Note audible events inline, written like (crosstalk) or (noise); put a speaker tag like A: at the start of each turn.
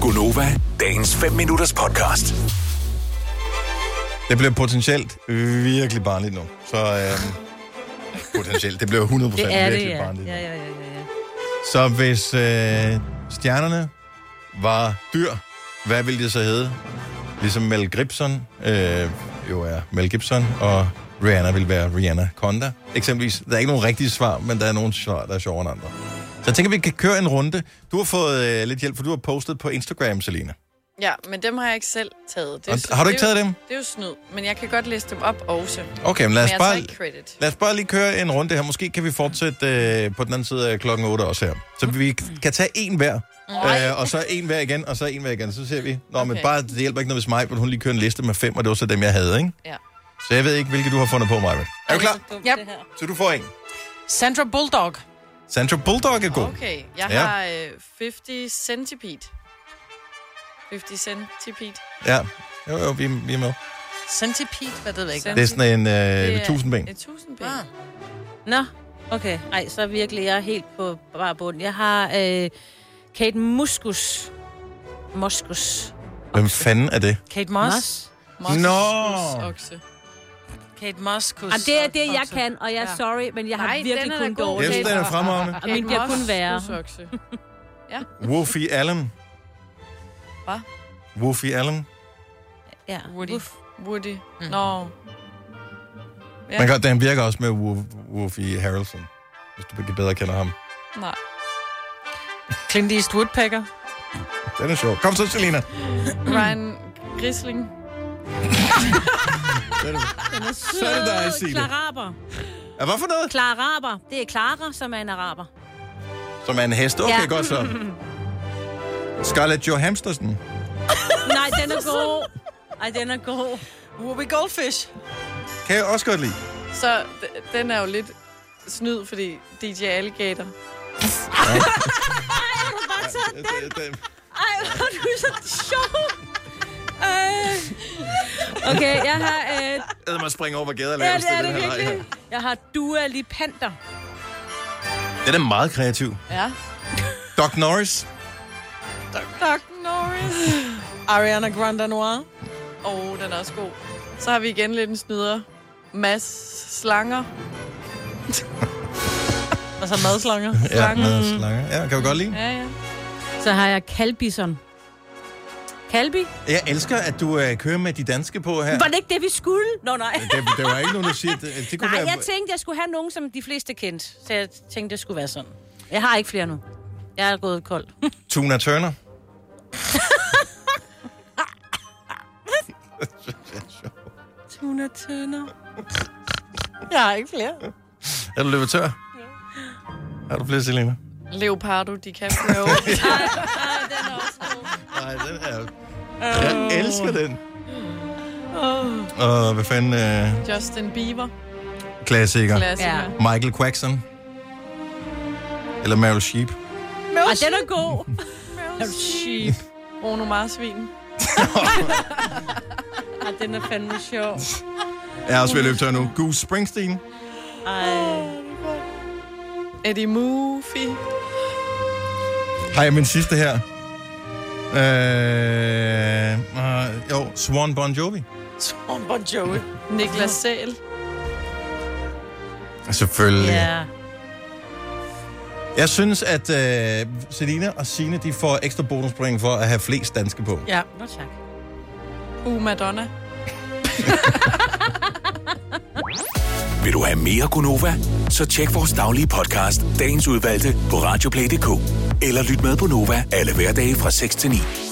A: Gunova, dagens 5 minutters podcast.
B: Det bliver potentielt virkelig barnligt nu. Så øhm, potentielt, det bliver 100%
C: Det er det,
B: virkelig
C: ja.
B: barnligt.
C: Ja,
B: nu.
C: ja, ja, ja, ja.
B: Så hvis øh, stjernerne var dyr, hvad ville det så hedde? Ligesom Mel Gibson, øh, jo er Mel Gibson, og Rihanna vil være Rihanna Conda. Eksempelvis, der er ikke nogen rigtige svar, men der er nogle svar, der er sjovere end andre. Så jeg tænker, vi kan køre en runde. Du har fået øh, lidt hjælp, for du har postet på Instagram, Selina.
D: Ja, men dem har jeg ikke selv taget.
B: Og
D: jo-
B: har du ikke
D: det er jo-
B: taget dem?
D: Det er jo snyd, men jeg kan godt læse dem op også.
B: Okay, men lad
D: Men
B: os
D: jeg tager
B: bare...
D: ikke credit.
B: Lad os bare lige køre en runde her. Måske kan vi fortsætte øh, på den anden side af klokken 8 også her. Så vi kan tage en hver, øh, og så en hver igen, og så en hver igen. Så ser vi. Nå, okay. men
D: Okay.
B: bare, det hjælper ikke noget, hvis mig, hun lige kører en liste med fem, og det var så dem, jeg havde, ikke?
D: Ja.
B: Så jeg ved ikke, hvilke du har fundet på, mig. Er du klar?
C: Yep.
B: Så du får en.
E: Sandra Bulldog.
B: Sandra Bulldog er god.
D: Okay, jeg
B: Ja.
D: ja. har øh, 50 centipede. 50 centipede.
B: Ja. Jo, jo, vi, vi er med.
E: Centipede, hvad det ved jeg ikke.
B: Det er sådan en
D: Det
B: øh,
D: er
B: tusindben.
D: Et tusindben.
E: Ah.
D: Ah.
C: Nå, okay. Ej, så er virkelig, jeg er helt på bare bund. Jeg har øh, Kate Muskus. Moskus.
B: Hvem fanden er det?
E: Kate Moss.
C: Moss.
B: Nå.
D: Okse.
E: Kate Moss. Kus,
C: Ah, det er det, jeg
E: okse.
C: kan, og jeg er
E: Ja.
C: sorry, men jeg har
D: Nej,
C: virkelig
D: den er da
C: kun
D: god.
B: Jeg
C: dårligt.
B: synes, den er
D: (laughs)
B: fremragende.
C: Og min bliver kun værre.
D: Husokse.
B: Woofy Allen.
D: Hvad?
B: Woofy Allen.
C: Ja.
D: Woody.
C: Uff. Mm.
D: Woody. Nå. Ja.
B: Man kan, den virker også med Woof- Woofy Harrelson, hvis du bedre kender ham.
D: Nej.
E: Clint Eastwood Packer.
B: Den er sjov. Kom så, Selina.
D: Ryan Grisling.
B: Så er det dig, Signe.
C: Klaraber.
B: Ja, hvad for noget?
C: Klaraber. Det er Clara, som er en araber.
B: Som er en hest. Okay, ja.
C: Ja.
B: godt så. Scarlett Johansson.
C: Nej, den er god. Ej, den er god.
E: Ruby Goldfish.
B: Kan jeg også godt lide.
D: Så d- den er jo lidt snyd, fordi DJ Alligator.
C: Ej, hvor er du så sjov. Ej. Øh. Okay, jeg har... Øh,
B: Jeg mig springe over, hvor gader
C: ja, det er det virkelig. Jeg har Dua Lipander.
B: Den er meget kreativ.
D: Ja.
B: Doc Norris.
D: Doc Norris.
E: Ariana Grande Noir.
D: Åh, oh, den er også god. Så har vi igen lidt en snyder. Mads Slanger.
E: Altså madslanger.
B: Ja, med slanger. Ja, kan vi godt lide.
D: Ja, ja.
C: Så har jeg Kalbison. Kalbi?
B: Jeg elsker, at du øh, kører med de danske på her.
C: Var det ikke det, vi skulle? Nå, nej.
B: Det, det var ikke nogen, der siger, det, det kunne
C: Nej,
B: være...
C: jeg tænkte, jeg skulle have nogen, som de fleste kendte. Så jeg tænkte, det skulle være sådan. Jeg har ikke flere nu. Jeg er gået kold.
B: Tuna Turner.
C: Tuna Turner.
E: Jeg har ikke flere.
B: Er du løbetør? Er du flere, Selina?
D: Leopardo DiCaprio.
B: Nej, den her. Jeg elsker den. Og hvad fanden... Øh,
D: Justin Bieber.
B: klassiker.
D: Klassiker.
C: Ja.
B: Michael Quackson. Eller Meryl Sheep.
C: Og den er god.
D: Ja. Sheep. Bruno Marsvin.
C: Ej, den er fandme sjov.
B: Jeg er også ved at løbe tør nu. Goose Springsteen.
C: Ej.
D: Eddie Murphy.
B: Har jeg min sidste her? Øh, øh, jo, Swan Bon Jovi.
E: Tom Bon Jovi.
D: Niklas Sæl.
B: Selvfølgelig.
C: Ja.
B: Jeg synes, at øh, Selina og Sine, de får ekstra bonuspoint for at have flest danske på.
E: Ja.
C: Nå, tak.
D: Uh, Madonna.
A: Vil du have mere Gunova? Så tjek vores daglige podcast, dagens udvalgte, på radioplay.dk. Eller lyt med på Nova alle hverdage fra 6 til 9.